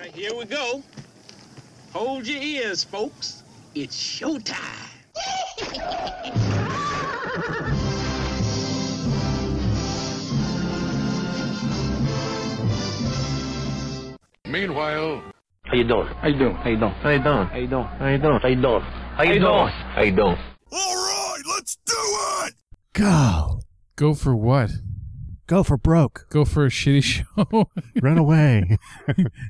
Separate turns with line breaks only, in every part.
right, here we go. Hold your ears, folks. It's showtime.
Meanwhile,
How you doing? How you doing? How you doing? How you doing? How you doing? How you doing? How you doing? How you doing? How you doing?
all right, let's do it.
Go.
Go for what?
Go for broke.
Go for a shitty show?
Run away.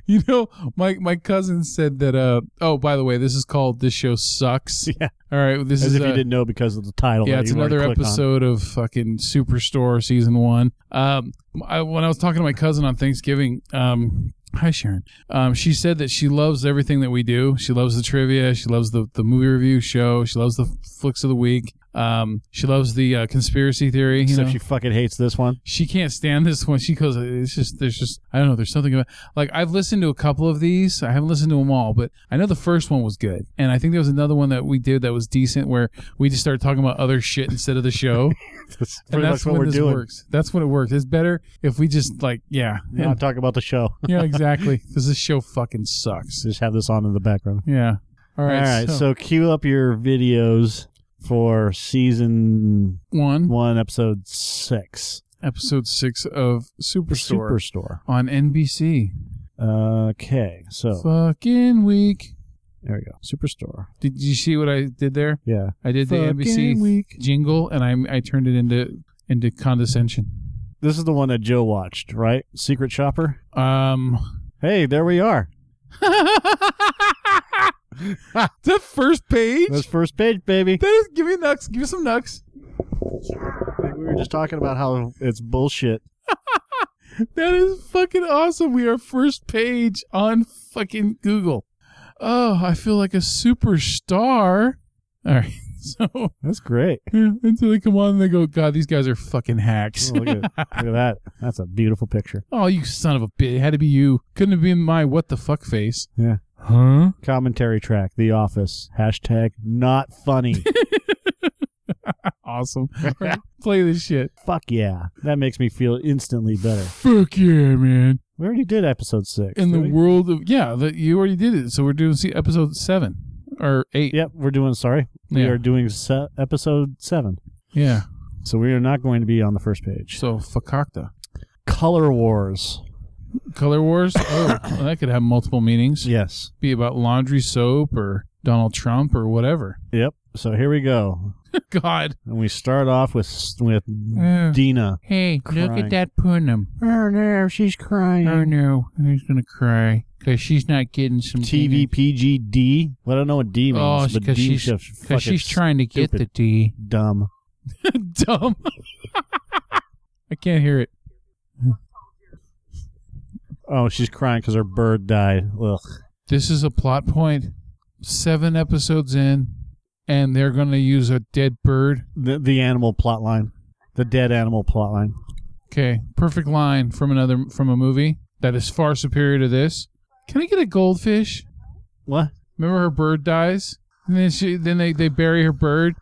you know, my my cousin said that. Uh, oh, by the way, this is called "This Show Sucks."
Yeah.
All right, this
As
is
if you
uh,
didn't know because of the title.
Yeah,
that
it's
you already
another
clicked on.
episode of fucking Superstore season one. Um, I, when I was talking to my cousin on Thanksgiving, um, hi Sharon, um, she said that she loves everything that we do. She loves the trivia. She loves the the movie review show. She loves the flicks of the week. Um, she loves the uh, conspiracy theory. You
Except
know?
she fucking hates this one.
she can't stand this one. She goes, it's just, there's just, I don't know, there's something about, like, I've listened to a couple of these. I haven't listened to them all, but I know the first one was good. And I think there was another one that we did that was decent where we just started talking about other shit instead of the show.
That's
and
pretty
that's
much what
when
we're
this
doing.
works. That's when it works. It's better if we just, like, yeah.
Not talking about the show.
yeah, exactly. Because this show fucking sucks.
Just have this on in the background.
Yeah. All
All
right.
right, so cue up your videos for season
one,
one, episode six.
episode six of Superstore
Superstore.
on NBC.
Okay, so
Fucking week.
there we go. Superstore.
Did you see what I did there?
Yeah.
I did the
Fucking
NBC
weak.
jingle, and I I turned it into into condescension.
This is the one that Joe watched, right? Secret Shopper.
Um,
Hey, there we are.
the first page.
That's first page, baby.
that is, give me nucks. Give me some nucks.
We were just talking about how it's bullshit.
That is fucking awesome. We are first page on fucking Google. Oh, I feel like a superstar. All right, so
That's great.
yeah, until they come on and they go, God, these guys are fucking hacks.
Oh, look, at, look at that. That's a beautiful picture.
Oh, you son of a bitch! It had to be you. Couldn't have been my what the fuck face.
Yeah.
Huh?
Commentary track, The Office. Hashtag not funny.
awesome. Play this shit.
Fuck yeah. That makes me feel instantly better.
Fuck yeah, man.
We already did episode six.
In the
didn't we?
world of yeah, that you already did it. So we're doing see episode seven or eight.
Yep, we're doing, sorry. We
Yeah.
are doing se- episode seven.
Yeah.
So we are not going to be on the first page.
So fakakta.
Color Wars.
Color wars. Oh, well, that could have multiple meanings.
Yes.
Be about laundry soap or Donald Trump or whatever.
Yep. So here we go.
God.
And we start off with with
Yeah.
Dina.
Hey, look
Crying.
at that Punim.
Oh no, she's crying.
Oh no, he's gonna cry because she's not getting some
TV
dignity.
PGD. Well, I don't know what D means,
Mm-hmm. Oh,
but
because
D
she's
shift
because she's trying to get
stupid.
the D.
dumb.
dumb. I can't hear it.
Oh, she's crying because her bird died. Ugh.
This is a plot point. Seven episodes in, and they're going to use a dead bird.
The, the animal plot line. The dead animal plot line.
Okay, perfect line from another from a movie that is far superior to this. Can I get a goldfish?
What?
Remember her bird dies, and then she then they, they bury her bird,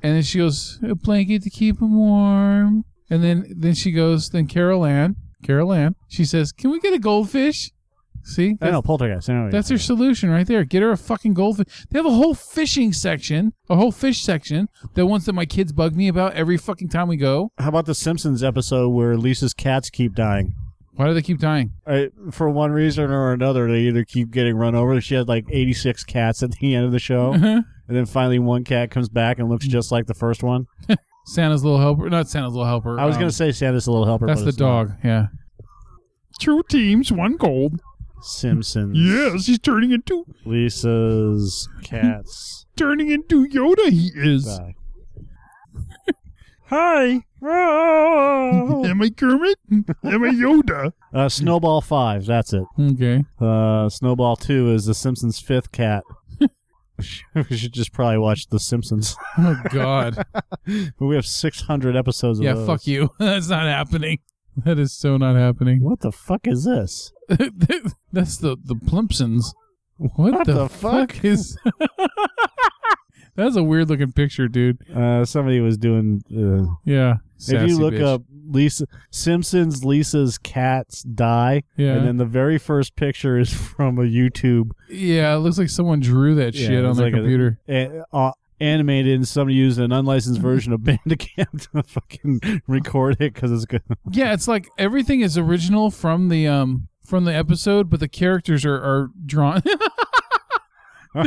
and then she goes a blanket to keep him warm, and then then she goes then Carol Ann Carol Ann she says can we get a goldfish? See
I know, poltergeist. I know what
That's
you're
their solution right there. Get her a fucking goldfish. They have a whole fishing section, a whole fish section, the ones that my kids bug me about every fucking time we go.
How about the Simpsons episode where Lisa's cats keep dying?
Why do they keep dying?
I, for one reason or another, they either keep getting run over. She had like 86 cats at the end of the show.
Uh-huh.
And then finally, one cat comes back and looks just like the first one.
Santa's little helper, not Santa's little helper.
I was
um,
going to say Santa's a little helper.
that's
but
the
it's not.
dog. Yeah. Two teams, one gold.
Simpsons.
Yes, he's turning into
Lisa's cats.
turning into Yoda. He is.
die. Hi. uh,
Am I Kermit? Am I Yoda?
Snowball 5, that's it.
Okay.
Uh, Snowball 2 is The Simpsons' fifth cat. we should just probably watch The Simpsons.
Oh God.
we have 600 episodes of
yeah.
those.
Fuck you. That's not happening. That is so not happening.
What the fuck is this?
That's the the Plimpsons. What,
What
the,
the
fuck?
fuck?
is? That's a weird looking picture, dude.
Uh, somebody was doing. Uh,
Yeah,
if
Sassy
you look
bitch.
up Lisa Simpsons, Lisa's cats die,
Yeah.
and then the very first picture is from a YouTube
yeah, it looks like someone drew that
Yeah,
shit
it
on
was
their
like a-
computer.
uh, uh, animated, and somebody used an unlicensed
Mm-hmm.
version of Bandicam to fucking record it because it's good.
yeah, it's like everything is original from the um from the episode, but the characters are are drawn.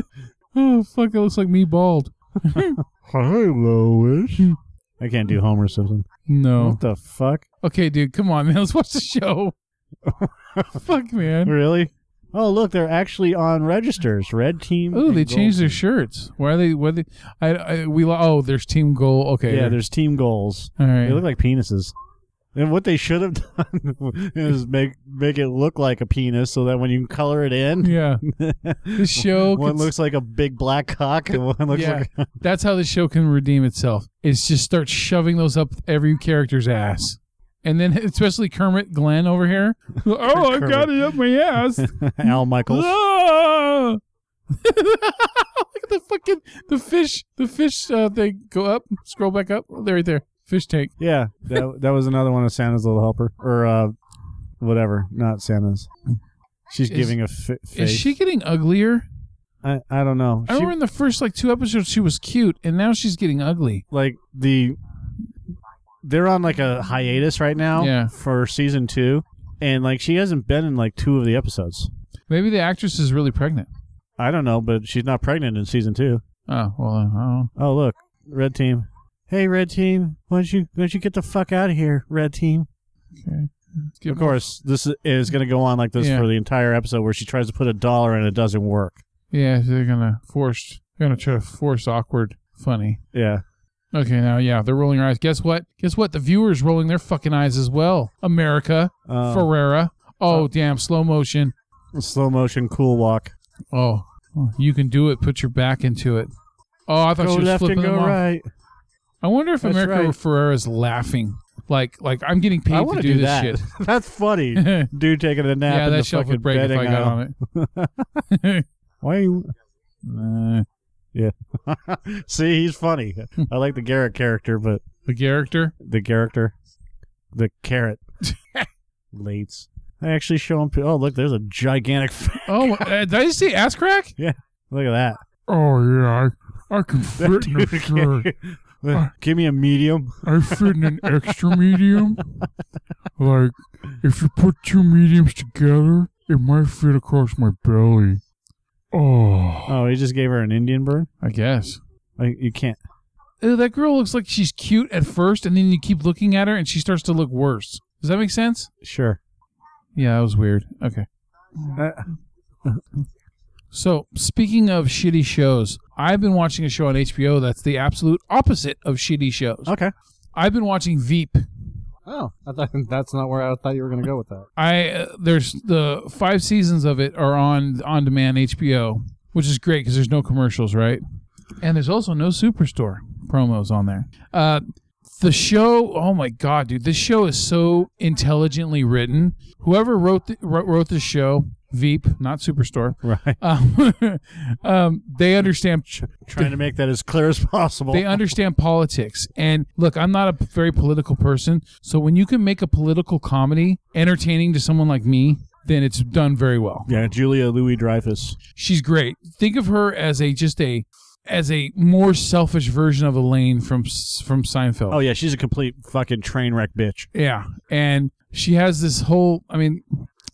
oh fuck! That looks like me bald.
Hi, Lois. Hmm. I can't do Homer Simpson.
No.
What the fuck?
Okay, dude, come on, man. Let's watch the show. fuck, man.
Really? Oh, look, they're actually on registers. Red team.
Oh,
and
they
gold
changed their
team.
shirts. Why are they? Why are they? I, I we lo- oh, there's team goal. Okay,
Yeah, there's team goals.
all
They look
right.
like penises. And what they should have done is make make it look like a penis, so that when you color it in,
Yeah, the show.
one
can-
looks like a big black cock, and one looks
yeah,
like
that's how the show can redeem itself. Is just start shoving those up every character's ass, and then especially Kermit Glenn over here. Oh, I got it up my ass.
Al Michaels.
Ah! Look at the fucking the fish. The fish uh, they go up. Scroll back up. Oh, They're right there. Fish tank.
Yeah, that that was another one of Santa's little helper or uh, whatever, not Santa's. She's
Is-
giving a f- face.
Is she getting uglier?
I, I don't know.
I
She-
remember in the first like two episodes she was cute, and now she's getting ugly.
like the they're on like a hiatus right now
Yeah.
for season 2 and like she hasn't been in like two of the episodes.
Maybe the actress is really pregnant.
I don't know, but she's not pregnant in season 2.
Oh well, I don't know.
Oh, look. Red team. Hey red team, why don't you why don't you get the fuck out of here, red team?
Let's give
Of course, this is- is going to go on like this
Yeah.
for the entire episode where she tries to put a dollar and it doesn't work.
Yeah, they're gonna force. They're gonna try to force awkward funny.
Yeah.
Okay, now yeah, they're rolling their eyes. Guess what? Guess what? The viewers rolling their fucking eyes as well. America,
Uh,
Ferrera. Oh damn, slow motion.
slow motion cool walk.
Oh, oh, you can do it. Put your back into it. Oh, I thought
Go
she was
left
flipping
and go
them off.
right.
I wonder if
That's
America
right.
Ferrera is laughing. Like, like I'm getting paid
I
to
want
do, this
that.
shit.
That's funny.
yeah,
Dude taking a nap in the
that shelf
fucking
would break if
bedding
I got
aisle.
on it.
Why are you?
Uh,
See, he's funny. I like the Garrett character, but
the character.
the character, the carrot, Lates. I actually show him. Oh, look, there's a gigantic. F-
Oh, uh, did I just say ass crack?
look at that.
Oh yeah, I, I can fit in a
Dude,
shirt.
can't- Give me a medium.
I fit in an extra medium. Like, if you put two mediums together, it might fit across my belly. Oh.
Oh, he just gave her an Indian burn.
I guess.
Like you can't.
that girl looks like she's cute at first, and then you keep looking at her, and she starts to look worse. Does that make sense?
Sure.
Yeah, that was weird. Okay.
Uh,
So, speaking of shitty shows, I've been watching a show on HBO that's the absolute opposite of shitty shows.
okay.
I've been watching Veep.
Oh, I thought that's not where I thought you were gonna go with that.
I uh, there's the five seasons of it are on on demand HBO, which is great because there's no commercials, right? And there's also no Superstore promos on there. Uh, the show, oh my god, dude, this show is so intelligently written. Whoever wrote the, wrote, wrote this show, Veep, not Superstore,
Right.
um, um, they understand
Trying to make that as clear as possible.
they understand politics. And look, I'm not a p- very political person. So when you can make a political comedy entertaining to someone like me, then it's done very well.
yeah, Julia Louis Dreyfus.
She's great. Think of her as a just a as a more selfish version of Elaine from S- from Seinfeld.
Oh yeah, she's a complete fucking train wreck bitch.
Yeah, and she has this whole. I mean,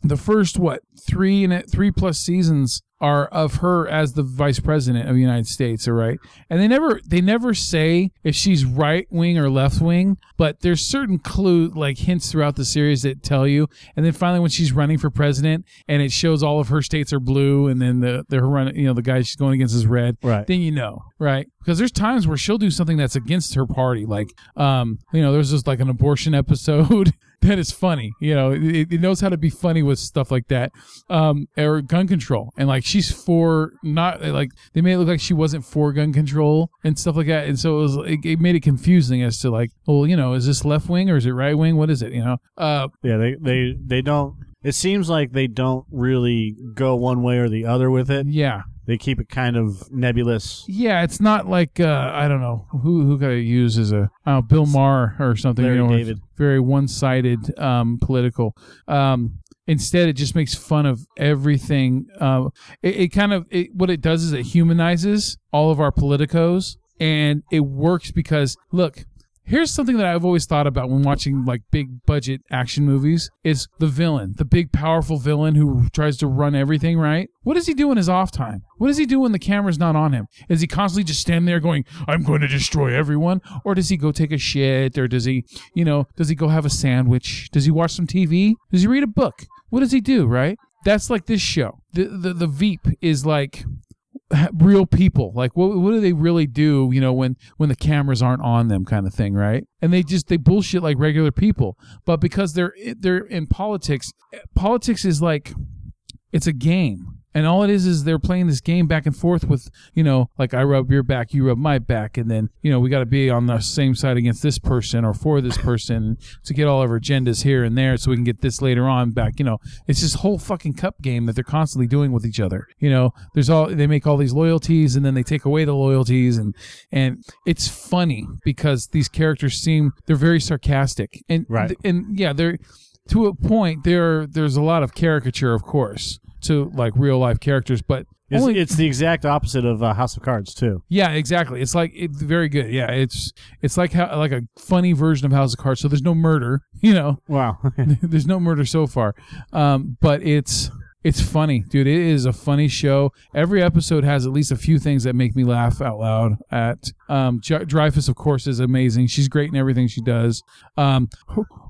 the first what three and a- three plus seasons are of her as the vice president of the United States. All right, and they never they never say if she's right wing or left wing, but there's certain clue like hints throughout the series that tell you. And then finally, when she's running for president, and it shows all of her states are blue, and then the the her run, you know the guy she's going against is red
Right.
then you know, right? Because there's times where she'll do something that's against her party. Like, um, you know, there's just like an abortion episode that is funny. You know, it, it knows how to be funny with stuff like that. Um, or gun control. And like, she's for not like, they made it look like she wasn't for gun control and stuff like that. And so it was, it, it made it confusing as to like, well, you know, is this left wing or is it right wing? What is it? You know, uh,
Yeah, they they they don't. It seems like they don't really go one way or the other with it.
yeah.
They keep it kind of nebulous.
Yeah, it's not like uh, I don't know who who could I use as a I don't know, Bill Maher or something.
Larry
you know,
David.
very one sided um, political. Um, instead, it just makes fun of everything. Uh, it, it kind of it, what it does is it humanizes all of our politicos, and it works because look. Here's something that I've always thought about when watching like big budget action movies is the villain, the big powerful villain who tries to run everything, right? What does he do in his off time? What does he do when the camera's not on him? Is he constantly just standing there going, "I'm going to destroy everyone?" Or does he go take a shit or does he, you know, does he go have a sandwich? Does he watch some TV? Does he read a book? What does he do, right? That's like this show. The the, the Veep is like ha- real people like what, what do they really do you know when when the cameras aren't on them kind of thing right and they just they bullshit like regular people but because they're they're in politics eh, politics is like it's a game and all it is is they're playing this game back and forth with you know like i rub your back you rub my back and then you know we got to be on the same side against this person or for this person to get all of our agendas here and there so we can get this later on back you know it's this whole fucking cup game that they're constantly doing with each other you know there's all they make all these loyalties and then they take away the loyalties and and it's funny because these characters seem they're very sarcastic and
Right.
and yeah they're to a point there there's a lot of caricature of course to like real life characters but
It's,
only,
it's the exact opposite of uh, House of Cards too.
yeah exactly it's like it's very good yeah it's it's like how like a funny version of house of cards so there's no murder you know
Wow.
there's no murder so far um, but it's it's funny dude it is a funny show every episode has at least a few things that make me laugh out loud at um, J- dreyfus of course is amazing she's great in everything she does um,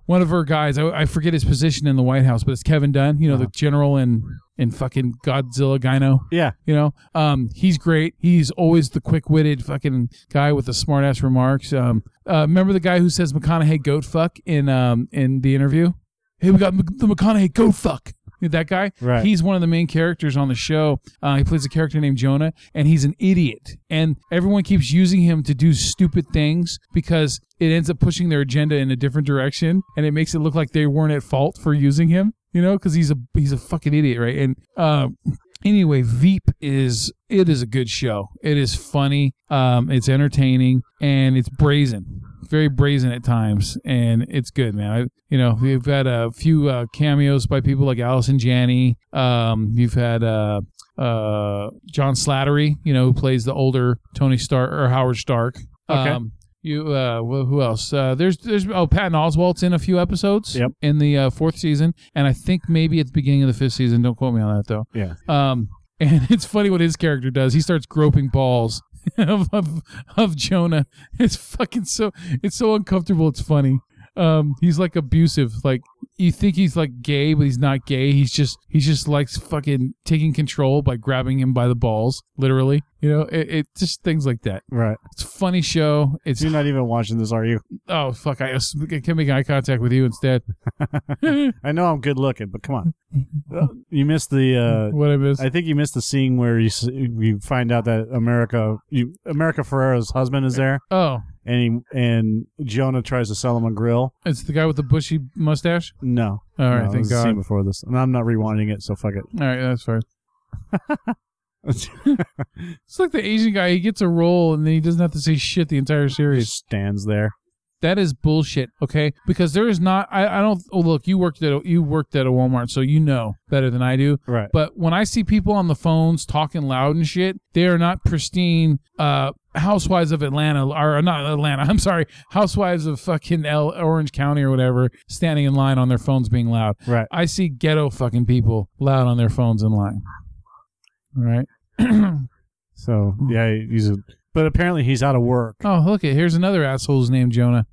one of her guys I, I forget his position in the white house but it's kevin dunn you know the general in in fucking godzilla gyno
yeah.
you know, um, he's great. He's always the quick-witted fucking guy with the smart-ass remarks. Um, uh, remember the guy who says McConaughey goat fuck in um, in the interview? Hey, we got Mc- the McConaughey goat fuck. That guy,
Right.
he's one of the main characters on the show. Uh, he plays a character named Jonah, and he's an idiot. And everyone keeps using him to do stupid things because it ends up pushing their agenda in a different direction, and it makes it look like they weren't at fault for using him. You know, because he's a he's a fucking idiot, right? And um, anyway veep is it is a good show it is funny um it's entertaining and it's brazen very brazen at times and it's good man I, you know we've had a few uh, cameos by people like allison janney um you've had uh uh john slattery you know who plays the older tony stark or howard stark
Okay.
um, you uh wh- who else uh there's there's oh patton oswalt's in a few episodes
Yep.
in the uh, fourth season and i think maybe at the beginning of the fifth season don't quote me on that though
Yeah.
um, and it's funny what his character does. He starts groping balls of, of of Jonah. It's fucking so it's so uncomfortable. It's funny. Um, he's like abusive. Like you think he's like gay, but he's not gay. He's just he just likes fucking taking control by grabbing him by the balls, literally. You know, it, it just things like that.
Right.
It's a funny show. It's
You're not even watching this, are you?
oh fuck, I, I can make eye contact with you instead.
I know I'm good looking, but come on. Uh, you missed the. Uh,
What I miss?
I think you missed the scene where you s- you find out that America you, America Ferrero's husband is there,
oh,
and he and Jonah tries to sell him a grill.
it's the guy with the bushy mustache.
No,
All right,
no,
thank
this is the Scene
God.
before this, and I'm not rewinding it, so fuck it.
All right, that's fine. It's like the Asian guy. He gets a role and then he doesn't have to say shit the entire
He
series.
stands there.
That is bullshit. Okay, because there is not. I, I don't. Oh, look, you worked at a, you worked at a Walmart, so you know better than I do.
Right.
But when I see people on the phones talking loud and shit, they are not pristine uh, housewives of Atlanta, or not Atlanta. I'm sorry, housewives of fucking L- Orange County or whatever, standing in line on their phones being loud.
Right.
I see ghetto fucking people loud on their phones in line. All right.
So yeah, he's a. But apparently he's out of work.
oh, look it. Here's another asshole's name, Jonah.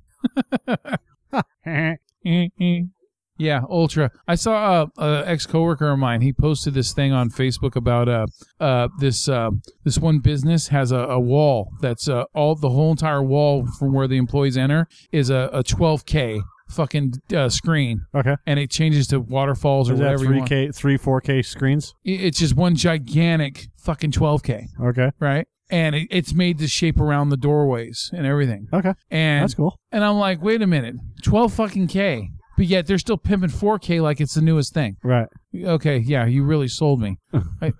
Mm, yeah, ultra. I saw uh, a ex coworker of mine. He posted this thing on Facebook about uh, uh, this uh, this one business has a, a wall that's uh, all the whole entire wall from where the employees enter is a, a 12k fucking uh, screen,
okay.
and it changes to waterfalls or
Is that
whatever you
three
want. It-
K, three four K screens?
It's just one gigantic fucking 12k,
Okay.
right? And it, it's made to shape around the doorways and everything.
Okay.
And
That's cool.
and I'm like, wait a minute, twelve fucking k. but yet they're still pimping 4K like it's the newest thing.
Right.
Okay, yeah, you really sold me. I-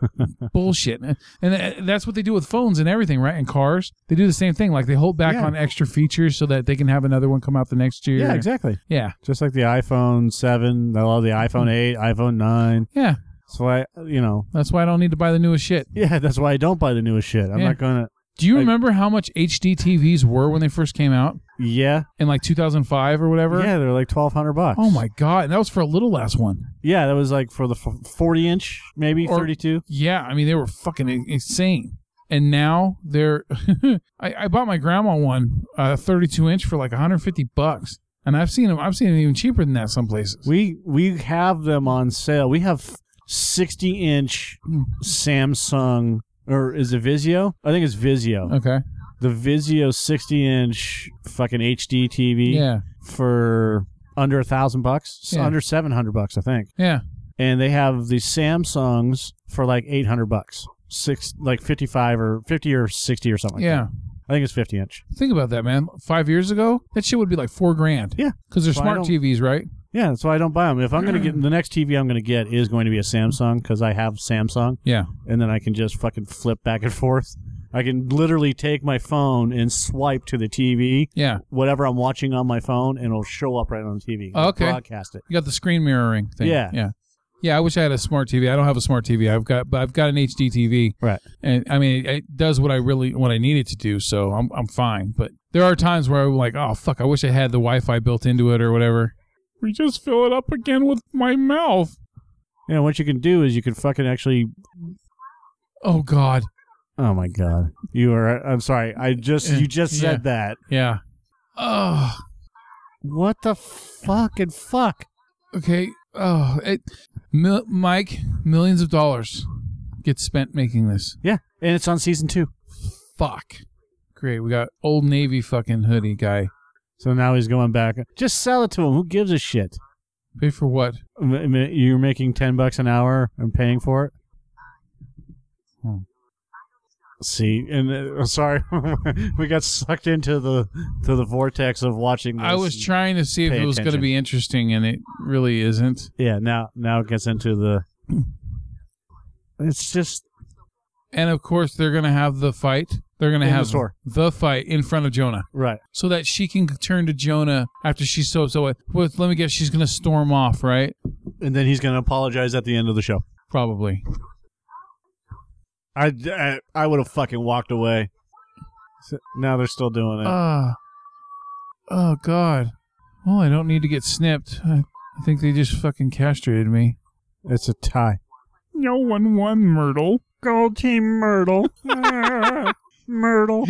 bullshit. And th- that's what they do with phones and everything, right? And cars. They do the same thing. Like they hold back
Yeah.
on extra features so that they can have another one come out the next year.
Yeah, exactly.
Yeah.
Just like the iPhone 7, a lot of the iPhone 8, iPhone 9.
Yeah.
So I, you know,
That's why I don't need to buy the newest shit.
yeah, that's why I don't buy the newest shit. I'm
Yeah.
not going to,
Do you
I-
remember how much HD TVs were when they first came out
yeah.
in like 2005 or whatever?
Yeah, they're like 1200 bucks.
Oh my god, and that was for a little last one.
Yeah, that was like for the f- 40 inch, maybe
Or-
32.
Yeah, I mean they were fucking in- insane. And now they're I, I bought my grandma one, uh, 32 inch for like 150 bucks, and I've seen them. I've seen them even cheaper than that some places.
We we have them on sale. We have 60 inch Samsung or is it Vizio? I think it's Vizio.
Okay.
The Vizio 60 inch fucking HD TV
Yeah.
for under a thousand bucks, s-
Yeah.
under 700 bucks, I think.
Yeah.
And they have the Samsungs for like 800 bucks, six like 55 or 50 or 60 or something. like
Yeah.
that. I think it's 50 inch.
Think about that, man. Five years ago, that shit would be like four grand.
Yeah.
Because they're
So I
smart
don't-
TVs, right?
Yeah, that's why I don't buy them. If I'm gonna
Hmm.
get the next TV, I'm gonna get is going to be a Samsung because I have Samsung.
Yeah.
and then I can just fucking flip back and forth. I can literally take my phone and swipe to the TV,
Yeah.
whatever I'm watching on my phone, and it'll show up right on the TV.
Oh, okay.
Broadcast it.
You got the screen mirroring thing.
Yeah.
Yeah. Yeah, I wish I had a smart TV. I don't have a smart TV. I've got, but I've got an HD TV,
Right.
and I mean, it, it does what I really, what I need it to do. So I'm, I'm fine. But there are times where I'm like, oh fuck, I wish I had the Wi-Fi built into it or whatever. We just fill it up again with my mouth.
You know, what you can do is you can fucking actually.
Oh god,
Oh my god, you are. I'm sorry. I just
Yeah.
you just said that.
yeah. Oh,
What the fucking fuck?
okay. Oh, it, Mil- Mike, millions of dollars get spent making this.
Yeah, and it's on season two.
Fuck. Great, we got old navy fucking hoodie guy.
So now he's going back. Just sell it to him. Who gives a shit?
Pay for what?
M- m- You're making ten bucks an hour and paying for it.
Hmm.
See, and uh, I'm sorry, we got sucked into the to the vortex of watching. This.
I was trying to see if
pay
it was going to
attention.
be interesting, and it really isn't.
yeah. Now, now it gets into the. It's just
And of course, they're going to have the fight. They're going to
In the
have
store.
the fight in front of Jonah,
right.
so that she can turn to Jonah after she's so so. Well, let me guess, she's going to storm off, right?
And then he's going to apologize at the end of the show.
Probably.
I I, I would have fucking walked away. So now they're still doing it.
Ah. oh God. Well, I don't need to get snipped. I, I think they just fucking castrated me.
it's a tie.
No one won, Myrtle.
Go team Myrtle. Myrtle.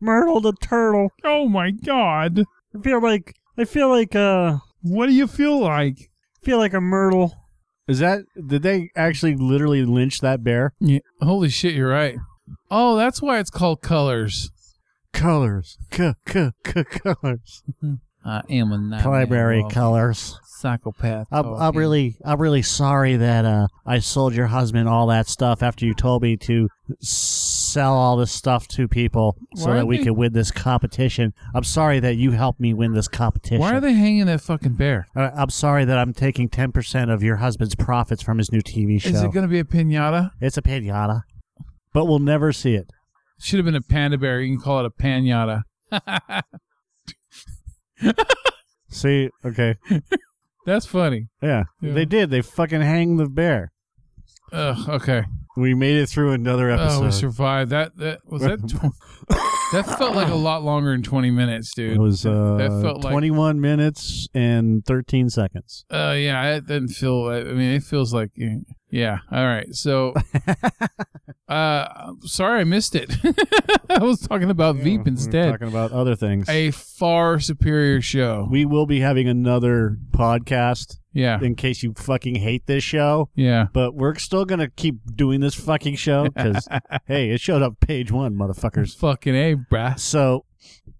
Myrtle the turtle.
Oh my God.
I feel like I feel like uh
What do you feel like?
feel like a myrtle. Is that did they actually literally lynch that bear?
Yeah. Holy shit, you're right. Oh, that's why it's called colors.
Colors. C c c colors.
I oh, am a nightmare.
Library colors.
psychopath.
I'm, I'm
talking.
really I'm really sorry that uh I sold your husband all that stuff after you told me to sell all this stuff to people so
Why are
that we
they-
could win this competition. I'm sorry that you helped me win this competition.
Why are they hanging that fucking bear?
Uh, I'm sorry that I'm taking 10% of your husband's profits from his new TV show.
Is it going to be a pinata?
It's a pinata, but we'll never see it.
Should have been a panda bear. You can call it a panata.
See, okay,
That's funny.
yeah,
Yeah.
they did. They fucking hang the bear.
Ugh, okay.
We made it through another
Oh, we
episode.
survived. That that was that. tw- that felt like a lot longer than twenty minutes, dude.
it was uh,
that felt like.
21 minutes and 13 seconds.
Uh, yeah, it didn't feel. I mean, it feels like. Yeah. All right. So, uh, sorry I missed it. I was talking about Veep
We're
instead.
talking about other things.
A far superior show.
we will be having another podcast
yeah.
in case you fucking hate this show.
Yeah.
But we're still gonna keep doing this fucking show because hey, it showed up page one, motherfuckers.
Fucking A, brass.
So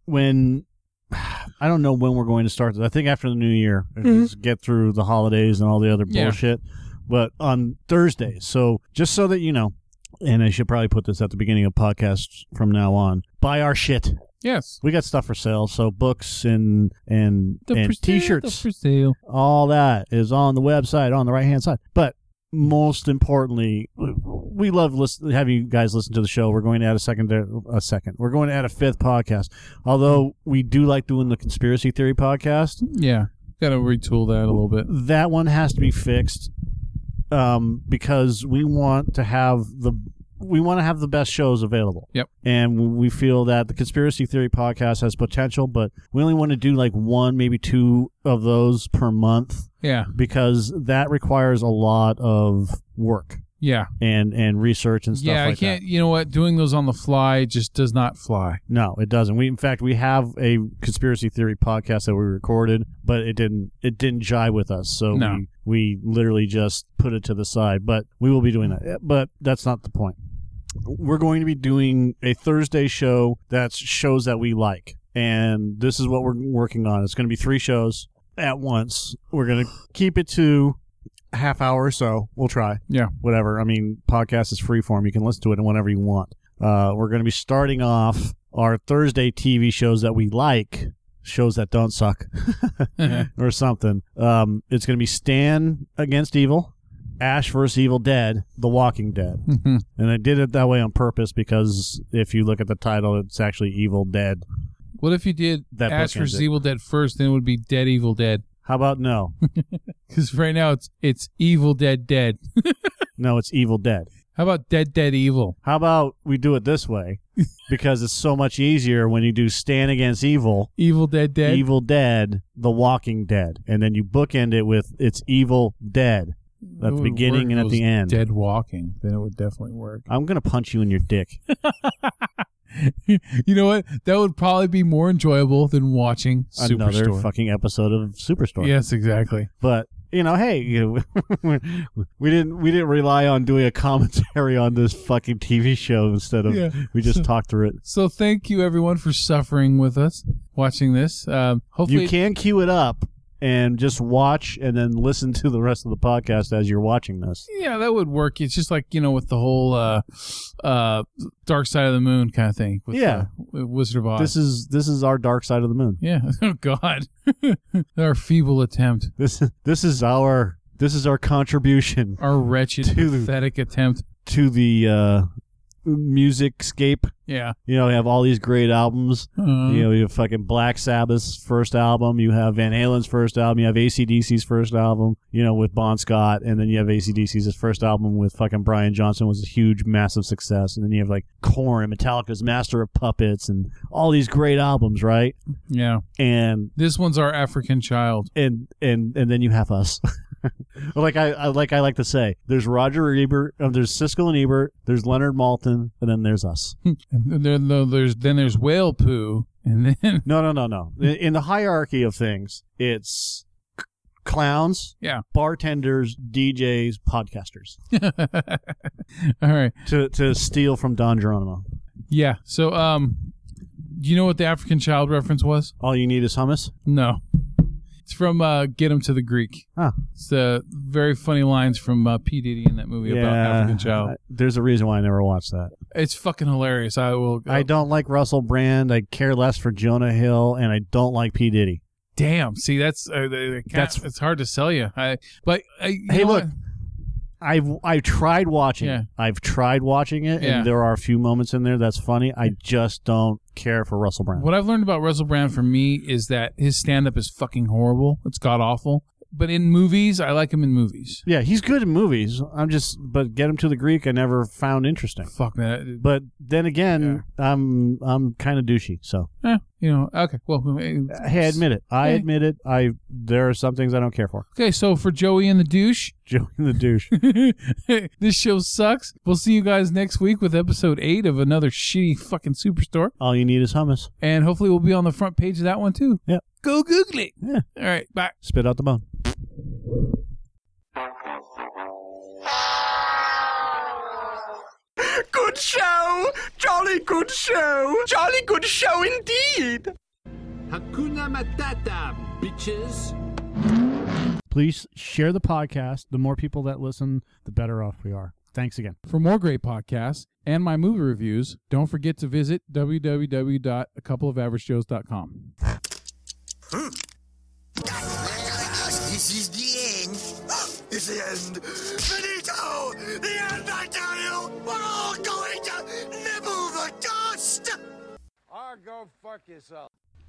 when I don't know when we're going to start this. I think after the new year, just get through the holidays and all the other
Yeah.
bullshit. But on Thursdays, so just so that you know, and I should probably put this at the beginning of podcasts from now on. Buy our shit.
Yes.
We got stuff for sale, so books and and and t-shirts, all that is on the website on the right hand side. But most importantly, we- we love listen, having you guys listen to the show. We're going to add a second a second. We're going to add a fifth podcast. Although we do like doing the conspiracy theory podcast,
Yeah. Got to retool that a little bit.
that one has to be fixed um, because we want to have the we want to have the best shows available.
Yep.
And we feel that the conspiracy theory podcast has potential, but we only want to do like one, maybe two of those per month
Yeah.
because that requires a lot of work
Yeah.
and and research and stuff
yeah.
like
I can't. You know what? Doing those on the fly just does not fly.
that. No, it doesn't. We in fact we have a conspiracy theory podcast that we recorded, but it didn't it didn't jive with us. So
No.
we we literally just put it to the side, but we will be doing that. But that's not the point. We're going to be doing a Thursday show that's shows that we like. And this is what we're working on. It's going to be three shows at once. We're going to keep it to a half hour or so. We'll try.
Yeah.
Whatever. I mean, podcast is free form. You can listen to it whenever you want. Uh, we're going to be starting off our Thursday TV shows that we like, shows that don't suck or something. Um, it's going to be Stan against Evil, Ash versus Evil Dead, The Walking Dead. And I did it that way on purpose because if you look at the title, it's actually Evil Dead.
what if you did
That
Ash
bookends
versus
it.
Evil Dead first, then it would be Dead Evil Dead?
How about no?
Because right now it's it's Evil Dead Dead.
no, it's Evil Dead.
How about Dead Dead Evil?
How about we do it this way? Because it's so much easier when you do Stan against Evil,
Evil Dead Dead.
Evil Dead, The Walking Dead, and then you bookend it with it's Evil Dead.
It
the
would
beginning
work
and
if
at
it
the
was
end.
Dead Walking, then it would definitely work.
I'm gonna punch you in your dick.
you know what? That would probably be more enjoyable than watching
Another
Superstore.
fucking episode of Superstore.
Yes, exactly.
But you know, hey, you know, we didn't we didn't rely on doing a commentary on this fucking TV show instead of
Yeah.
we just talked through it.
So thank you everyone for suffering with us watching this. Um, hopefully,
You can queue it up and just watch and then listen to the rest of the podcast as you're watching this.
yeah, that would work. It's just like you know with the whole uh, uh, Dark Side of the Moon kind of thing. With
Yeah.
uh, Wizard of Oz.
This is this is our dark side of the moon.
yeah. Oh God, our feeble attempt,
This is this is our this is our contribution
our wretched,
Dude.
pathetic attempt.
to the uh music scape.
Yeah.
You know, we have all these great albums.
Uh,
You know, you have fucking Black Sabbath's first album. You have Van Halen's first album. You have ACDC's first album, you know, with Bon Scott. And then you have ACDC's first album with fucking Brian Johnson was a huge, massive success. And then you have like Korn and Metallica's Master of Puppets and all these great albums, right?
Yeah.
And
This one's our African child.
and and and then you have us. like I, I like I like to say, there's Roger Ebert, uh, there's Siskel and Ebert, there's Leonard Maltin, and then there's us.
And then there- there's then there's whale poo, and then
No, no, no, no.
Hmm.
In- In the hierarchy of things, it's c- clowns,
Yeah.
bartenders, DJs, podcasters.
all right,
To to steal from Don Geronimo,
yeah. So um, do you know what the African child reference was?
all you need is hummus.
No, it's from uh, Get Him to the Greek.
Huh.
It's uh, very funny lines from uh, P Diddy in that movie about African child.
I- there's a reason why I never watched that.
It's fucking hilarious. I will.
I don't like Russell Brand. I care less for Jonah Hill, and I don't like P Diddy.
damn. See, that's uh, that's
That's-
it's hard to sell you. I but I, you
Hey,
know
look.
what?
I've I've tried watching.
Yeah.
It. I've tried watching it,
Yeah.
and there are a few moments in there that's funny. I just don't care for Russell Brand.
What I've learned about Russell Brand for me is that his stand up is fucking horrible. It's god awful. But in movies, I like him in movies.
Yeah, he's good in movies. I'm just, but get him to the Greek. I never found interesting.
Fuck that.
But then again, I'm I'm kind of douchey. So
Eh, you know, okay. Well, eh,
Uh, hey, I admit it. I
Yeah.
admit it. I there are some things I don't care for.
Okay, so for Joey and the douche,
Joey the douche.
this show sucks. We'll see you guys next week with episode eight of another shitty fucking superstore,
All you need is hummus.
and hopefully we'll be on the front page of that one too.
Yep.
Go Google it.
Yeah.
All right. Bye.
Spit out the bone.
Good show! Jolly good show! Jolly good show indeed!
Hakuna Matata, bitches.
Please share the podcast. The more people that listen, the better off we are. Thanks again.
For more great podcasts and my movie reviews, don't forget to visit www.acoupleofaveragejoes.com.
This is the end. It's the end. Finito! The end, I tell you! We're all going to nibble the dust!
Or go fuck yourself.